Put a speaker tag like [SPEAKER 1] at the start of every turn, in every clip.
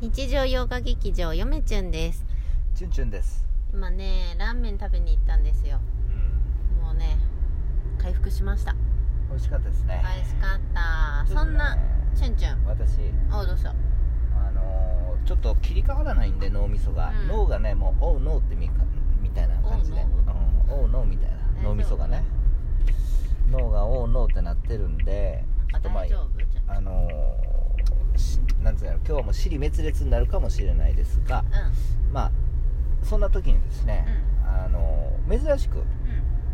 [SPEAKER 1] 日常洋画劇場よめちゅんです
[SPEAKER 2] チュンチュンです、
[SPEAKER 1] 今ねラーメン食べに行ったんですよもうね回復しました
[SPEAKER 2] 美味しかったですね、
[SPEAKER 1] 美味しかったそんなちゅんちゅん
[SPEAKER 2] 私
[SPEAKER 1] おうどうした
[SPEAKER 2] あのーちょっと切り替わらないんで脳みそが、
[SPEAKER 1] うん
[SPEAKER 2] 脳がねもう「おう脳」ってみかみたいな感じで「おう脳」みたいな
[SPEAKER 1] 大丈夫
[SPEAKER 2] 脳みそがね脳が「おう脳」ってなってるんでちょ
[SPEAKER 1] な
[SPEAKER 2] っ
[SPEAKER 1] んか
[SPEAKER 2] とまあ
[SPEAKER 1] 大丈夫ちゅん
[SPEAKER 2] あのーしなんつうの今日はもう尻滅裂になるかもしれないですがまあそんな時にですね、あのー珍しく、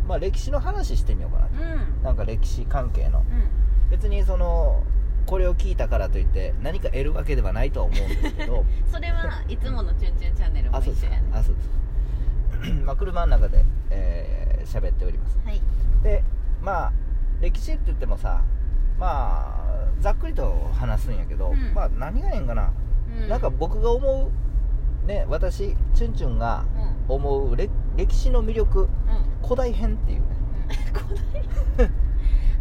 [SPEAKER 2] まあ、歴史の話してみようかなと
[SPEAKER 1] うんうん
[SPEAKER 2] なんか歴史関係の
[SPEAKER 1] うん
[SPEAKER 2] 別にそのこれを聞いたからといって何か得るわけではないとは思うんですけど
[SPEAKER 1] うんそれはいつものちゅんちゅんチャンネルも
[SPEAKER 2] あそう
[SPEAKER 1] 一
[SPEAKER 2] です
[SPEAKER 1] 緒
[SPEAKER 2] か
[SPEAKER 1] やね
[SPEAKER 2] あそうですかまあ車の中で喋、えー喋っております
[SPEAKER 1] はい
[SPEAKER 2] でまあ歴史って言ってもさまあざっくりと話すんやけど、
[SPEAKER 1] うん
[SPEAKER 2] まあ何がええんかな、
[SPEAKER 1] う
[SPEAKER 2] なんか僕が思うね私チュンチュンが
[SPEAKER 1] うんうん
[SPEAKER 2] 思うれ歴史の魅力古代編っていうね
[SPEAKER 1] 古代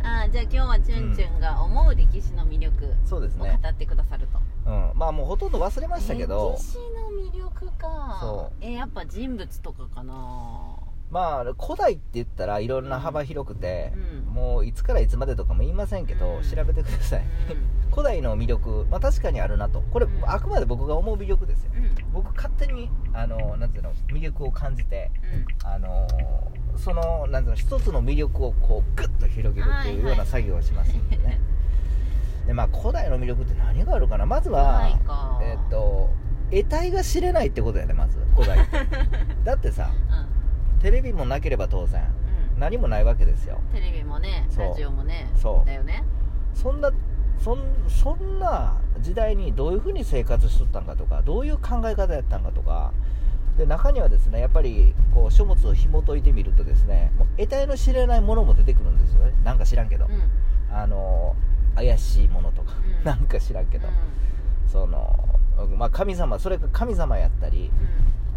[SPEAKER 1] あーじゃあ今日はちゅんちゅんが思う歴史の魅力
[SPEAKER 2] そうです
[SPEAKER 1] を
[SPEAKER 2] ね、
[SPEAKER 1] 語ってくださると
[SPEAKER 2] うん、まあもうほとんど忘れましたけど
[SPEAKER 1] 歴史の魅力か
[SPEAKER 2] そ
[SPEAKER 1] えやっぱ人物とかかな
[SPEAKER 2] まあ古代って言ったらいろんな幅広くて
[SPEAKER 1] う、ん
[SPEAKER 2] もういつからいつまでとかも言いませんけど、
[SPEAKER 1] うん
[SPEAKER 2] 調べてください、古代の魅力、まあ、確かにあるなとこれ、
[SPEAKER 1] うん
[SPEAKER 2] あくまで僕が思う魅力ですよ
[SPEAKER 1] うんうん
[SPEAKER 2] 僕勝手にあのなんていうの魅力を感じてあのそのなんていうの一つの魅力をこうグッと広げるって
[SPEAKER 1] は
[SPEAKER 2] い
[SPEAKER 1] い
[SPEAKER 2] う
[SPEAKER 1] はい
[SPEAKER 2] ような作業をしますん でね、でまあ古代の魅力って何があるかなまずは
[SPEAKER 1] ないか
[SPEAKER 2] えっ、と得体が知れないってことやねまず古代って だってさ
[SPEAKER 1] うん
[SPEAKER 2] テレビもなければ当然
[SPEAKER 1] う
[SPEAKER 2] 何もないわけですよ
[SPEAKER 1] んテレビもね
[SPEAKER 2] そう
[SPEAKER 1] ラジオもね
[SPEAKER 2] そう
[SPEAKER 1] だよね
[SPEAKER 2] そんなそんそんな時代にどういうふうに生活しとったんかとかどういう考え方やったんかとかで中にはですねやっぱりこう書物を紐解いてみるとですねもう得体の知れないものも出てくるんですよねなんか知らんけど、
[SPEAKER 1] うん
[SPEAKER 2] あの怪しいものとか、
[SPEAKER 1] うん
[SPEAKER 2] なんか知らんけど、
[SPEAKER 1] う
[SPEAKER 2] その、まあ、神様それが神様やったり、
[SPEAKER 1] ん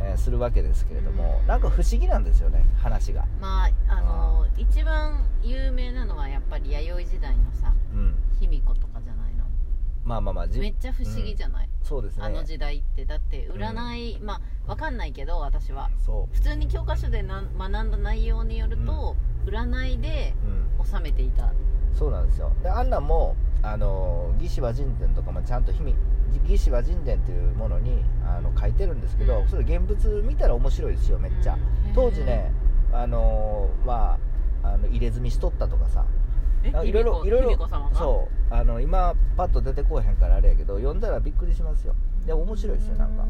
[SPEAKER 2] えーするわけですけれども、
[SPEAKER 1] うん
[SPEAKER 2] なんか不思議なんですよね話が、
[SPEAKER 1] うんまああの一番有名なのはやっぱり弥生時代のさ
[SPEAKER 2] うん、
[SPEAKER 1] 卑弥呼とかじゃないの
[SPEAKER 2] まあまあまあじ
[SPEAKER 1] めっちゃ不思議じゃない、
[SPEAKER 2] そうですね
[SPEAKER 1] あの時代ってだって占い、まあわかんないけど私は
[SPEAKER 2] そ
[SPEAKER 1] 普通に教科書でな学んだ内容によると、占いで
[SPEAKER 2] ううん
[SPEAKER 1] 収めていた
[SPEAKER 2] そうなんですよであんなんもあの魏志倭人伝とかもちゃんと秘密魏志倭人伝というものにあの書いてるんですけど、
[SPEAKER 1] うん
[SPEAKER 2] それ現物見たら面白いですよめっちゃ、
[SPEAKER 1] うん
[SPEAKER 2] 当時ねあのまああの入れ墨しとったとかさ
[SPEAKER 1] え
[SPEAKER 2] あいろいろ
[SPEAKER 1] 卑弥呼
[SPEAKER 2] いろいろ
[SPEAKER 1] 卑弥呼様が
[SPEAKER 2] そうあの今パッと出てこうへんからあれやけど読んだらびっくりしますよで面白いですよなんか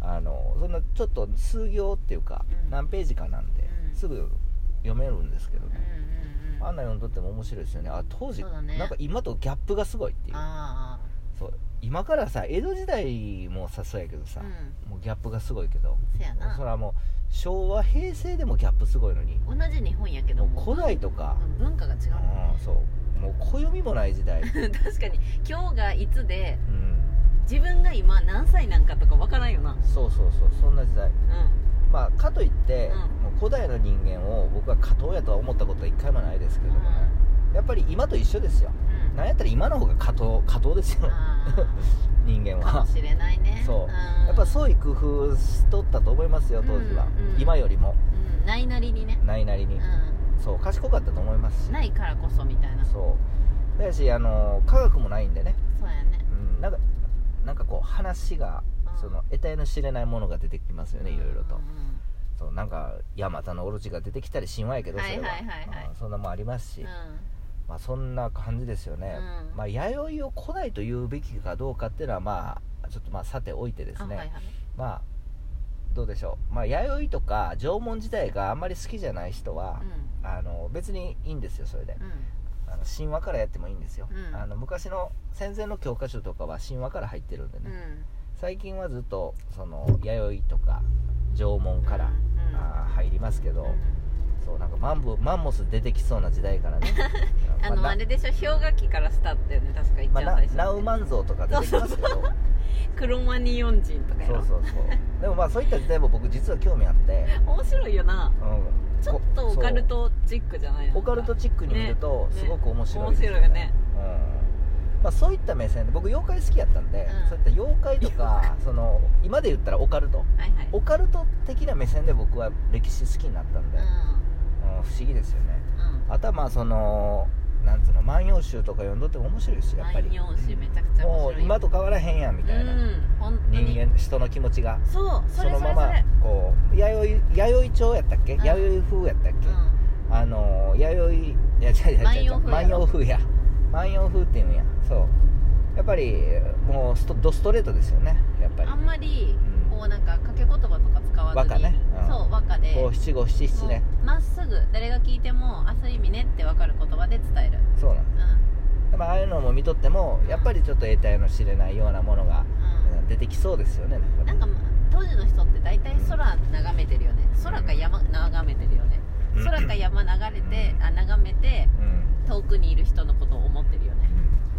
[SPEAKER 2] あのそんなちょっと数行っていうか、
[SPEAKER 1] うん
[SPEAKER 2] 何ページかなんで、
[SPEAKER 1] うん
[SPEAKER 2] すぐ読めるんですけど
[SPEAKER 1] うん
[SPEAKER 2] ね、
[SPEAKER 1] うんうん
[SPEAKER 2] あんな読んどっても面白いですよねあ当時、
[SPEAKER 1] そうだね
[SPEAKER 2] なんか今とギャップがすごいっていう
[SPEAKER 1] あ
[SPEAKER 2] そう今からさ江戸時代もさそうやけど
[SPEAKER 1] あ
[SPEAKER 2] さ
[SPEAKER 1] う、ん
[SPEAKER 2] もうギャップがすごいけど
[SPEAKER 1] せやな
[SPEAKER 2] それはもう昭和平成でもギャップすごいのに
[SPEAKER 1] 同じ日本やけど
[SPEAKER 2] も
[SPEAKER 1] も
[SPEAKER 2] う古代とか
[SPEAKER 1] う、ん文化が違う
[SPEAKER 2] うん
[SPEAKER 1] の
[SPEAKER 2] そうもう暦もない時代、うん、
[SPEAKER 1] 確かに今日がいつで自分が今何歳なんかとかわからんよな
[SPEAKER 2] そうそうそうそんな時代
[SPEAKER 1] うん
[SPEAKER 2] まあかといって、
[SPEAKER 1] うん
[SPEAKER 2] もう古代の人間を僕は過当やとは思ったことは一回もないですけ
[SPEAKER 1] う
[SPEAKER 2] ど
[SPEAKER 1] ん
[SPEAKER 2] もね、やっぱり今と一緒ですよ
[SPEAKER 1] うん
[SPEAKER 2] なんやったら今の方が過当過当ですよ
[SPEAKER 1] あ
[SPEAKER 2] 人間
[SPEAKER 1] ーか
[SPEAKER 2] は
[SPEAKER 1] もしれないね
[SPEAKER 2] そうんやっぱ創意工夫しとったと思いますよ当時は、
[SPEAKER 1] うんうん
[SPEAKER 2] 今よりも
[SPEAKER 1] うんないなりにね
[SPEAKER 2] ないなりに、
[SPEAKER 1] う
[SPEAKER 2] そう賢かったと思いますし
[SPEAKER 1] んないからこそみたいなそ
[SPEAKER 2] そうだしあの科学もないんでね、
[SPEAKER 1] うやね
[SPEAKER 2] うん、なんかなんかこう話が
[SPEAKER 1] うん
[SPEAKER 2] その得体の知れないものが出てきますよねいろいろと
[SPEAKER 1] うんうん
[SPEAKER 2] そうなんかヤマタのオロチが出てきたり神話やけどそれは,、
[SPEAKER 1] はいはいはいはい
[SPEAKER 2] うんそんなもんありますし、
[SPEAKER 1] う
[SPEAKER 2] まあ、そんな感じですよね、
[SPEAKER 1] うん
[SPEAKER 2] まあ、弥生を古代と言うべきかどうかっていうのはまあちょっとまあさておいてです
[SPEAKER 1] ん
[SPEAKER 2] ね、
[SPEAKER 1] あはいはい
[SPEAKER 2] まあどうでしょう、まあ、弥生とか縄文自体があんまり好きじゃない人は
[SPEAKER 1] う、ん
[SPEAKER 2] あの別にいいんですよそれであの神話からやってもいいんですよ、
[SPEAKER 1] うん
[SPEAKER 2] あの昔の戦前の教科書とかは神話から入ってるんでね、
[SPEAKER 1] うんうん
[SPEAKER 2] 最近はずっとその弥生とか縄文から、
[SPEAKER 1] うん
[SPEAKER 2] あー入りますけど、
[SPEAKER 1] うん
[SPEAKER 2] そうなんかマンボマンモス出てきそうな時代からね
[SPEAKER 1] あの
[SPEAKER 2] ま
[SPEAKER 1] あれでしょ氷河期からスタートよね確か一
[SPEAKER 2] まあ
[SPEAKER 1] 番
[SPEAKER 2] な
[SPEAKER 1] 最初
[SPEAKER 2] ナウマンゾウとか出てきますけどそう
[SPEAKER 1] クロマニヨン人とかや
[SPEAKER 2] そう
[SPEAKER 1] ろ
[SPEAKER 2] そう でもまあそういった時代も僕実は興味 あって、
[SPEAKER 1] 面白いよな
[SPEAKER 2] うん、
[SPEAKER 1] ちょっと
[SPEAKER 2] こ
[SPEAKER 1] オ
[SPEAKER 2] そう
[SPEAKER 1] カルトチックじゃないの
[SPEAKER 2] オカルトチックに見ると
[SPEAKER 1] ね
[SPEAKER 2] すごく面白い
[SPEAKER 1] 面
[SPEAKER 2] です
[SPEAKER 1] 白いよね
[SPEAKER 2] うんまあ、そういった目線で僕妖怪好きやったんで、
[SPEAKER 1] うん
[SPEAKER 2] そういった妖怪とかその今で言ったらオカルト
[SPEAKER 1] はいはい
[SPEAKER 2] オカルト的な目線で僕は歴史好きになったんで、うん不思議ですよね
[SPEAKER 1] うん
[SPEAKER 2] あとはまあそのなんつうの「万葉集」とか読んどっても面白いですよやっぱ
[SPEAKER 1] 万
[SPEAKER 2] り
[SPEAKER 1] 葉集めちゃくちゃ面
[SPEAKER 2] も
[SPEAKER 1] 白
[SPEAKER 2] う
[SPEAKER 1] い
[SPEAKER 2] 今と変わらへんやんみたいな、
[SPEAKER 1] うん本当に
[SPEAKER 2] 人間人の気持ちが
[SPEAKER 1] そうそ
[SPEAKER 2] そ
[SPEAKER 1] れ
[SPEAKER 2] の
[SPEAKER 1] それ
[SPEAKER 2] ま
[SPEAKER 1] そ
[SPEAKER 2] ま
[SPEAKER 1] れ
[SPEAKER 2] こう弥生弥生町やったっけ、
[SPEAKER 1] うん
[SPEAKER 2] 弥生風やったっけ、
[SPEAKER 1] う
[SPEAKER 2] あの弥生いや違う違う違う
[SPEAKER 1] 万葉風や
[SPEAKER 2] 万
[SPEAKER 1] ろ
[SPEAKER 2] 葉風や万葉風っていうんやそうやっぱりもうストドストレートですよねやっぱ
[SPEAKER 1] ん
[SPEAKER 2] り
[SPEAKER 1] あんまり
[SPEAKER 2] うん
[SPEAKER 1] こうなんか掛け言葉とか使わずに
[SPEAKER 2] 和歌ねうん
[SPEAKER 1] そう和歌で
[SPEAKER 2] こう七五七七ね
[SPEAKER 1] もうまっすぐ誰が聞いてもあそういう意味ねって分かる言葉で伝える
[SPEAKER 2] そうなんで
[SPEAKER 1] う
[SPEAKER 2] すまあああいうのも見とってもやっぱりちょっと得体の知れないようなものが
[SPEAKER 1] ん
[SPEAKER 2] 出てきそうですよね
[SPEAKER 1] うんなんかまあ当時の人って大体空眺めてるよね空か山眺めてるよね
[SPEAKER 2] うん
[SPEAKER 1] 空か山流れてあ眺めて
[SPEAKER 2] うん
[SPEAKER 1] 遠くにいる人のことを思ってるよね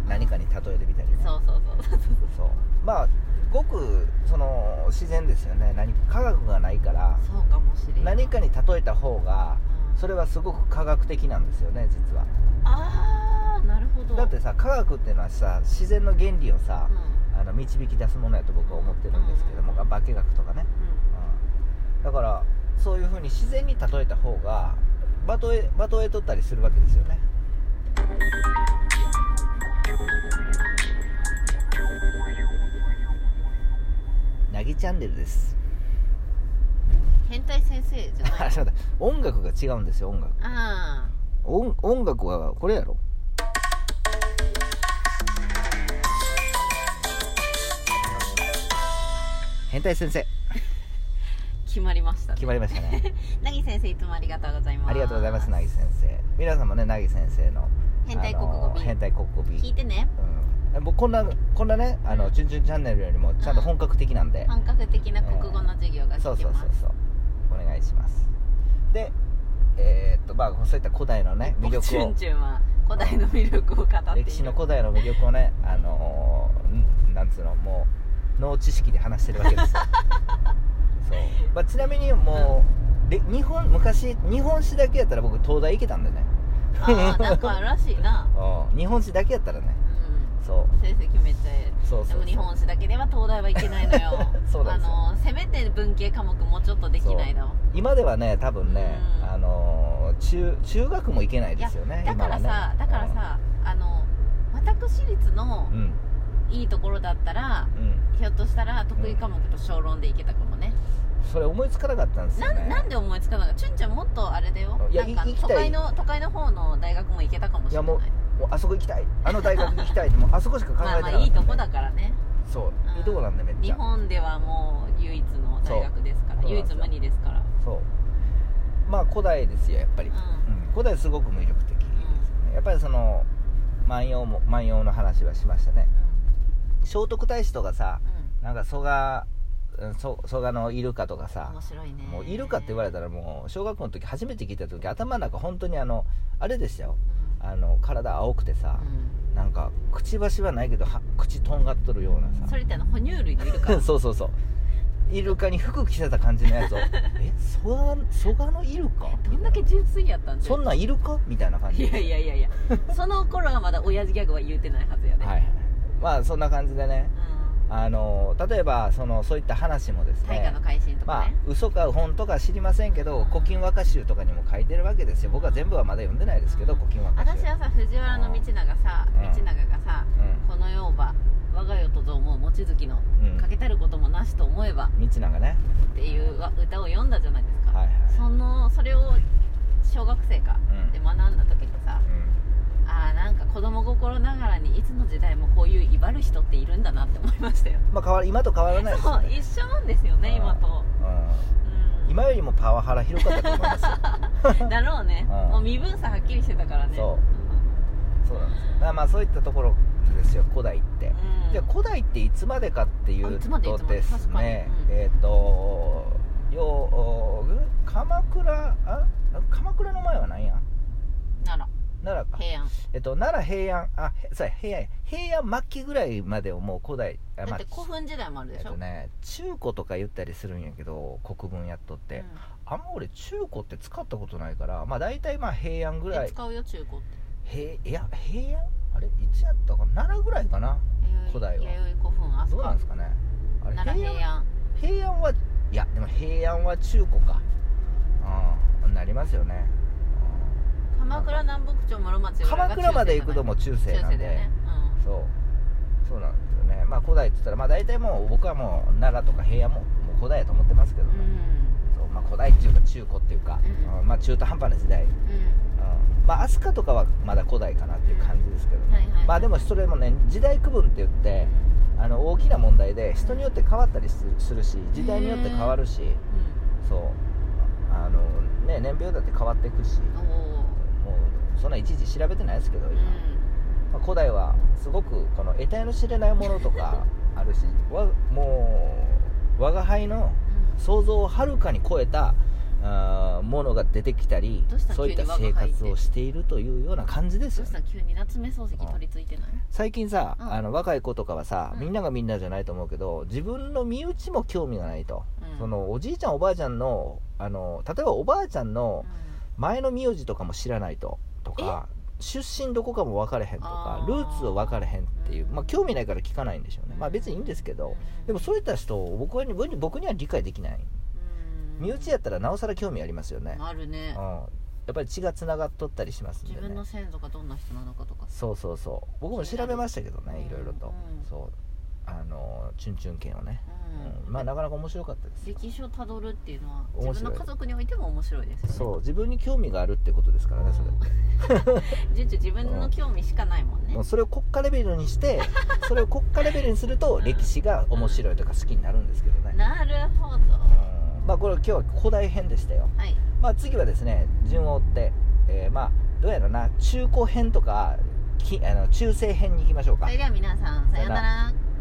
[SPEAKER 2] 何かに例えてみたりね
[SPEAKER 1] そうそうそう
[SPEAKER 2] そうまあごくその自然ですよね何科学がないから
[SPEAKER 1] そうかもしれん
[SPEAKER 2] 何かに例えた方が
[SPEAKER 1] うん
[SPEAKER 2] それはすごく科学的なんですよね実は
[SPEAKER 1] ああなるほど
[SPEAKER 2] だってさ科学っていうのはさ自然の原理をさ
[SPEAKER 1] うん、
[SPEAKER 2] あの導き出すものやと僕は思ってるんですけども、
[SPEAKER 1] うん
[SPEAKER 2] 化学とかね、うん、だからそういうふうに自然に例えた方がまとえまとえとったりするわけですよねなぎチャンネルです
[SPEAKER 1] うん 変態先生じゃない
[SPEAKER 2] あそうだ音楽が違うんですよ音楽
[SPEAKER 1] あ
[SPEAKER 2] 音音楽はこれやろ変態先生
[SPEAKER 1] あ決まりました
[SPEAKER 2] 決まりました ね
[SPEAKER 1] なぎ先生いつもありがとうございます
[SPEAKER 2] ありがとうございますなぎ先生皆さんもねなぎ先生の
[SPEAKER 1] 変態国
[SPEAKER 2] あ
[SPEAKER 1] 語
[SPEAKER 2] の
[SPEAKER 1] B
[SPEAKER 2] 変態国語 B
[SPEAKER 1] 聞いてね
[SPEAKER 2] うん、僕こんなこんなねあ
[SPEAKER 1] う
[SPEAKER 2] の
[SPEAKER 1] ん
[SPEAKER 2] 「チュンチュンチャンネル」よりもちゃんと本格的なんで、
[SPEAKER 1] 本格的な国語の授業が
[SPEAKER 2] そう
[SPEAKER 1] 聞け
[SPEAKER 2] そう
[SPEAKER 1] ます
[SPEAKER 2] そうそうお願いしますでえーっとまあそういった古代の ね魅
[SPEAKER 1] チュ
[SPEAKER 2] 力
[SPEAKER 1] ン
[SPEAKER 2] を
[SPEAKER 1] チュンは古代の魅力を語っている
[SPEAKER 2] 歴史の古代の魅力をねあのーんなんつうのもう脳知識で話してるわ けですよそう、まあ、ちなみにもう、で日本昔日本史だけやったら僕東大行けたんでね
[SPEAKER 1] ああなんからしいな
[SPEAKER 2] うん日本史だけやったらね
[SPEAKER 1] うん
[SPEAKER 2] そう
[SPEAKER 1] 成績めっちゃえ
[SPEAKER 2] そう
[SPEAKER 1] えで
[SPEAKER 2] そう
[SPEAKER 1] も日本史だけでは東大はいけないのよ
[SPEAKER 2] そうな
[SPEAKER 1] あ
[SPEAKER 2] んですよ
[SPEAKER 1] のせめて文系科目もうちょっとできないの
[SPEAKER 2] 今ではね多分ね、
[SPEAKER 1] うん
[SPEAKER 2] あのー中中学も行けないですよね
[SPEAKER 1] だから
[SPEAKER 2] 今は
[SPEAKER 1] さ
[SPEAKER 2] ね
[SPEAKER 1] だからさあの私立の
[SPEAKER 2] うんうん、
[SPEAKER 1] いいところだったら
[SPEAKER 2] うん
[SPEAKER 1] ひょっとしたら得意科目と小論でいけたかもね
[SPEAKER 2] それ思いつかなかったんですよ
[SPEAKER 1] な
[SPEAKER 2] ね
[SPEAKER 1] んなんで思いつかないかチュンちゃんもっとあれだよ
[SPEAKER 2] いや
[SPEAKER 1] なんか
[SPEAKER 2] い行きた
[SPEAKER 1] 都
[SPEAKER 2] い
[SPEAKER 1] 会の都会の方の大学も行けたかもしれない
[SPEAKER 2] いやもうもうあそこ行きたいあの大学行きたいってもうあそこしか考えて
[SPEAKER 1] ま
[SPEAKER 2] な
[SPEAKER 1] あま
[SPEAKER 2] かった
[SPEAKER 1] あ
[SPEAKER 2] んで
[SPEAKER 1] いいとこだからね
[SPEAKER 2] そう
[SPEAKER 1] うん
[SPEAKER 2] いいとこなんでめっち
[SPEAKER 1] 日
[SPEAKER 2] ゃ
[SPEAKER 1] 本ではもう唯一の大学ですから
[SPEAKER 2] そう
[SPEAKER 1] 唯一無二ですから
[SPEAKER 2] そうまあ古代ですよやっぱり、
[SPEAKER 1] うん
[SPEAKER 2] うん古代すごく魅力的ですねやっぱりその万葉も万葉の話はしましたね聖徳太子とかさ
[SPEAKER 1] うん
[SPEAKER 2] なんか蘇我うん蘇蘇我のイルカとか
[SPEAKER 1] うん
[SPEAKER 2] さ
[SPEAKER 1] 面白いね
[SPEAKER 2] もうイルカって言われたらもう小学校の時初めて聞いた時頭の中本当にあのあれでしたよ
[SPEAKER 1] うん
[SPEAKER 2] あの体青くてさ、なんかくちばしはないけどは口とんがっとるような
[SPEAKER 1] うん
[SPEAKER 2] さ
[SPEAKER 1] それってあの哺乳類のイルカ
[SPEAKER 2] そうそうそうイルカに服着せた感じのや つをえソガソガのイルカ
[SPEAKER 1] どんだけ純粋やったんだよ
[SPEAKER 2] そんなんイルカみたいな感
[SPEAKER 1] い
[SPEAKER 2] じ
[SPEAKER 1] やいやいやいやその頃はまだ親父ギャグは言うてないはずやで、
[SPEAKER 2] はいはいまあそんな感じでね
[SPEAKER 1] うん
[SPEAKER 2] あの例えばそのそういった話もです
[SPEAKER 1] 大化の
[SPEAKER 2] ね
[SPEAKER 1] 改新とか
[SPEAKER 2] まあ
[SPEAKER 1] ね、
[SPEAKER 2] 嘘か本とか知りませんけど「古今和歌集」とかにも書いてるわけですよ僕は全部はまだ読んでないですけど「古今和歌集」
[SPEAKER 1] 私はさ藤原の道長さ
[SPEAKER 2] うん
[SPEAKER 1] 道長がさ「この世をば我が世とぞ思う望月の
[SPEAKER 2] うん、うん
[SPEAKER 1] かけたることもなしと思えば」
[SPEAKER 2] 道長ね
[SPEAKER 1] っていうわ歌を読んだじゃないですか、
[SPEAKER 2] はいはい
[SPEAKER 1] そのそれを小学生か
[SPEAKER 2] うん
[SPEAKER 1] で学んだ時にさ
[SPEAKER 2] うん
[SPEAKER 1] あーなんか子供心ながらにいつの時代もこういう威張る人っているんだなって思いま したよ
[SPEAKER 2] まあ変わら今と変わらないです
[SPEAKER 1] そ
[SPEAKER 2] よ
[SPEAKER 1] う
[SPEAKER 2] ね、
[SPEAKER 1] 一緒なんですよね今と、
[SPEAKER 2] うん、今よりもパワハラ広かったと思 いますよ
[SPEAKER 1] うん、だろうね、
[SPEAKER 2] うん
[SPEAKER 1] もう身分差はっきりしてたからね
[SPEAKER 2] そうそうなんですよだからまあそういったところですよ古代って、
[SPEAKER 1] うん、うん
[SPEAKER 2] じゃあ古代っていつまでかってい
[SPEAKER 1] あいうつまでい
[SPEAKER 2] と
[SPEAKER 1] つまで
[SPEAKER 2] です
[SPEAKER 1] 確かに
[SPEAKER 2] ね
[SPEAKER 1] うん
[SPEAKER 2] えっ、とよう鎌倉あ鎌倉の前は何や
[SPEAKER 1] なら
[SPEAKER 2] 奈良か
[SPEAKER 1] 平安
[SPEAKER 2] えっと奈良平安あへそうや平安や平安末期ぐらいまでをもう古代あ
[SPEAKER 1] だ
[SPEAKER 2] ま
[SPEAKER 1] っ
[SPEAKER 2] あ
[SPEAKER 1] て古墳時代もあるで
[SPEAKER 2] えっ
[SPEAKER 1] しょ、
[SPEAKER 2] とね中古とか言ったりするんやけど国文やっとって、あんま俺中古って使ったことないからまあ大体まあ平安ぐ
[SPEAKER 1] うん
[SPEAKER 2] ら
[SPEAKER 1] え
[SPEAKER 2] い
[SPEAKER 1] 使うよ中古って
[SPEAKER 2] へいや平安あれいつやったかな奈良ぐらいかな古代は
[SPEAKER 1] 弥生古墳あそ
[SPEAKER 2] どう
[SPEAKER 1] こ
[SPEAKER 2] なんですかねあれ
[SPEAKER 1] 奈良平安
[SPEAKER 2] 平安はいやでも平安は中古かうんなりますよね、
[SPEAKER 1] 鎌倉南北町室町
[SPEAKER 2] うん、鎌倉まで行くのも中世
[SPEAKER 1] 中
[SPEAKER 2] なん
[SPEAKER 1] 世
[SPEAKER 2] で、
[SPEAKER 1] だよね
[SPEAKER 2] そうそうなんですよねまあ古代って言ったらまあ大体もう僕はもう奈良とか平安ももう古代やと思ってますけど
[SPEAKER 1] う
[SPEAKER 2] ね、
[SPEAKER 1] んうん
[SPEAKER 2] そうまあ、古代っていうか中古っていうか、
[SPEAKER 1] うん
[SPEAKER 2] うんまあ中途半端な時代、うん
[SPEAKER 1] う
[SPEAKER 2] まあ飛鳥とかはまだ古代かなっていう感じですけど、
[SPEAKER 1] んはいはい
[SPEAKER 2] まあでもそれもね時代区分って言ってあの大きな問題で人によって変わったりするするし時代によって変わるし、
[SPEAKER 1] う
[SPEAKER 2] そうあのね年表だって変わっていくし
[SPEAKER 1] んおー
[SPEAKER 2] もうそんないちいち調べてないですけど
[SPEAKER 1] う
[SPEAKER 2] 今、
[SPEAKER 1] ん
[SPEAKER 2] まあ古代はすごくこの得体の知れないもの とかあるしわもう我が輩の
[SPEAKER 1] うん
[SPEAKER 2] 想像をはるかに超えたあーものが出てきたり
[SPEAKER 1] どうした
[SPEAKER 2] そういった
[SPEAKER 1] 急に
[SPEAKER 2] 生
[SPEAKER 1] 我が輩って
[SPEAKER 2] 活をしているというような感じです
[SPEAKER 1] ど
[SPEAKER 2] よ
[SPEAKER 1] うした急に夏目漱石取り付いてない
[SPEAKER 2] 最近さ、
[SPEAKER 1] うん
[SPEAKER 2] あの若い子とかはさ、
[SPEAKER 1] うん
[SPEAKER 2] みんながみんなじゃないと思うけど自分の身内も興味がないと、
[SPEAKER 1] うん
[SPEAKER 2] そのおじいちゃんおばあちゃんのあの例えばおばあちゃんの前の名字とかも知らないととか出身どこかも分かれへんとか
[SPEAKER 1] あー
[SPEAKER 2] ルーツを分かれへんっていう、
[SPEAKER 1] うん
[SPEAKER 2] まあ、興味ないから聞かないんでしょうねまあ別にいいんですけどでもそういった人を僕は僕に僕には理解できない身内やったらなおさら興味ありますよね、
[SPEAKER 1] ある
[SPEAKER 2] うん、
[SPEAKER 1] ね
[SPEAKER 2] やっぱり血がつながっとったりしますんで
[SPEAKER 1] 自分
[SPEAKER 2] ね
[SPEAKER 1] の先祖がどんな人なのかとか
[SPEAKER 2] そうそうそう僕も調べましたけどね
[SPEAKER 1] うん
[SPEAKER 2] いろいろと
[SPEAKER 1] うん
[SPEAKER 2] そうあのチュンチュン犬をね、
[SPEAKER 1] うん
[SPEAKER 2] うんまあなかなか面白かったです
[SPEAKER 1] 歴史をたどるっていうのは
[SPEAKER 2] 面白い
[SPEAKER 1] 自分の家族においても面白いですよね
[SPEAKER 2] そう自分に興味があるってことですからねそれ
[SPEAKER 1] うん順次自分の興味しかないもんね
[SPEAKER 2] もうそれを国家レベルにして それを国家レベルにすると歴史が面白いとか好きになるんですけどね、
[SPEAKER 1] なるほど
[SPEAKER 2] うんまあこれ今日は古代編でしたよ、
[SPEAKER 1] はい
[SPEAKER 2] まあ、次はですね順を追って、えーまあどうやらな中古編とかきあの中世編に行きましょうか
[SPEAKER 1] それでは皆さんさようなら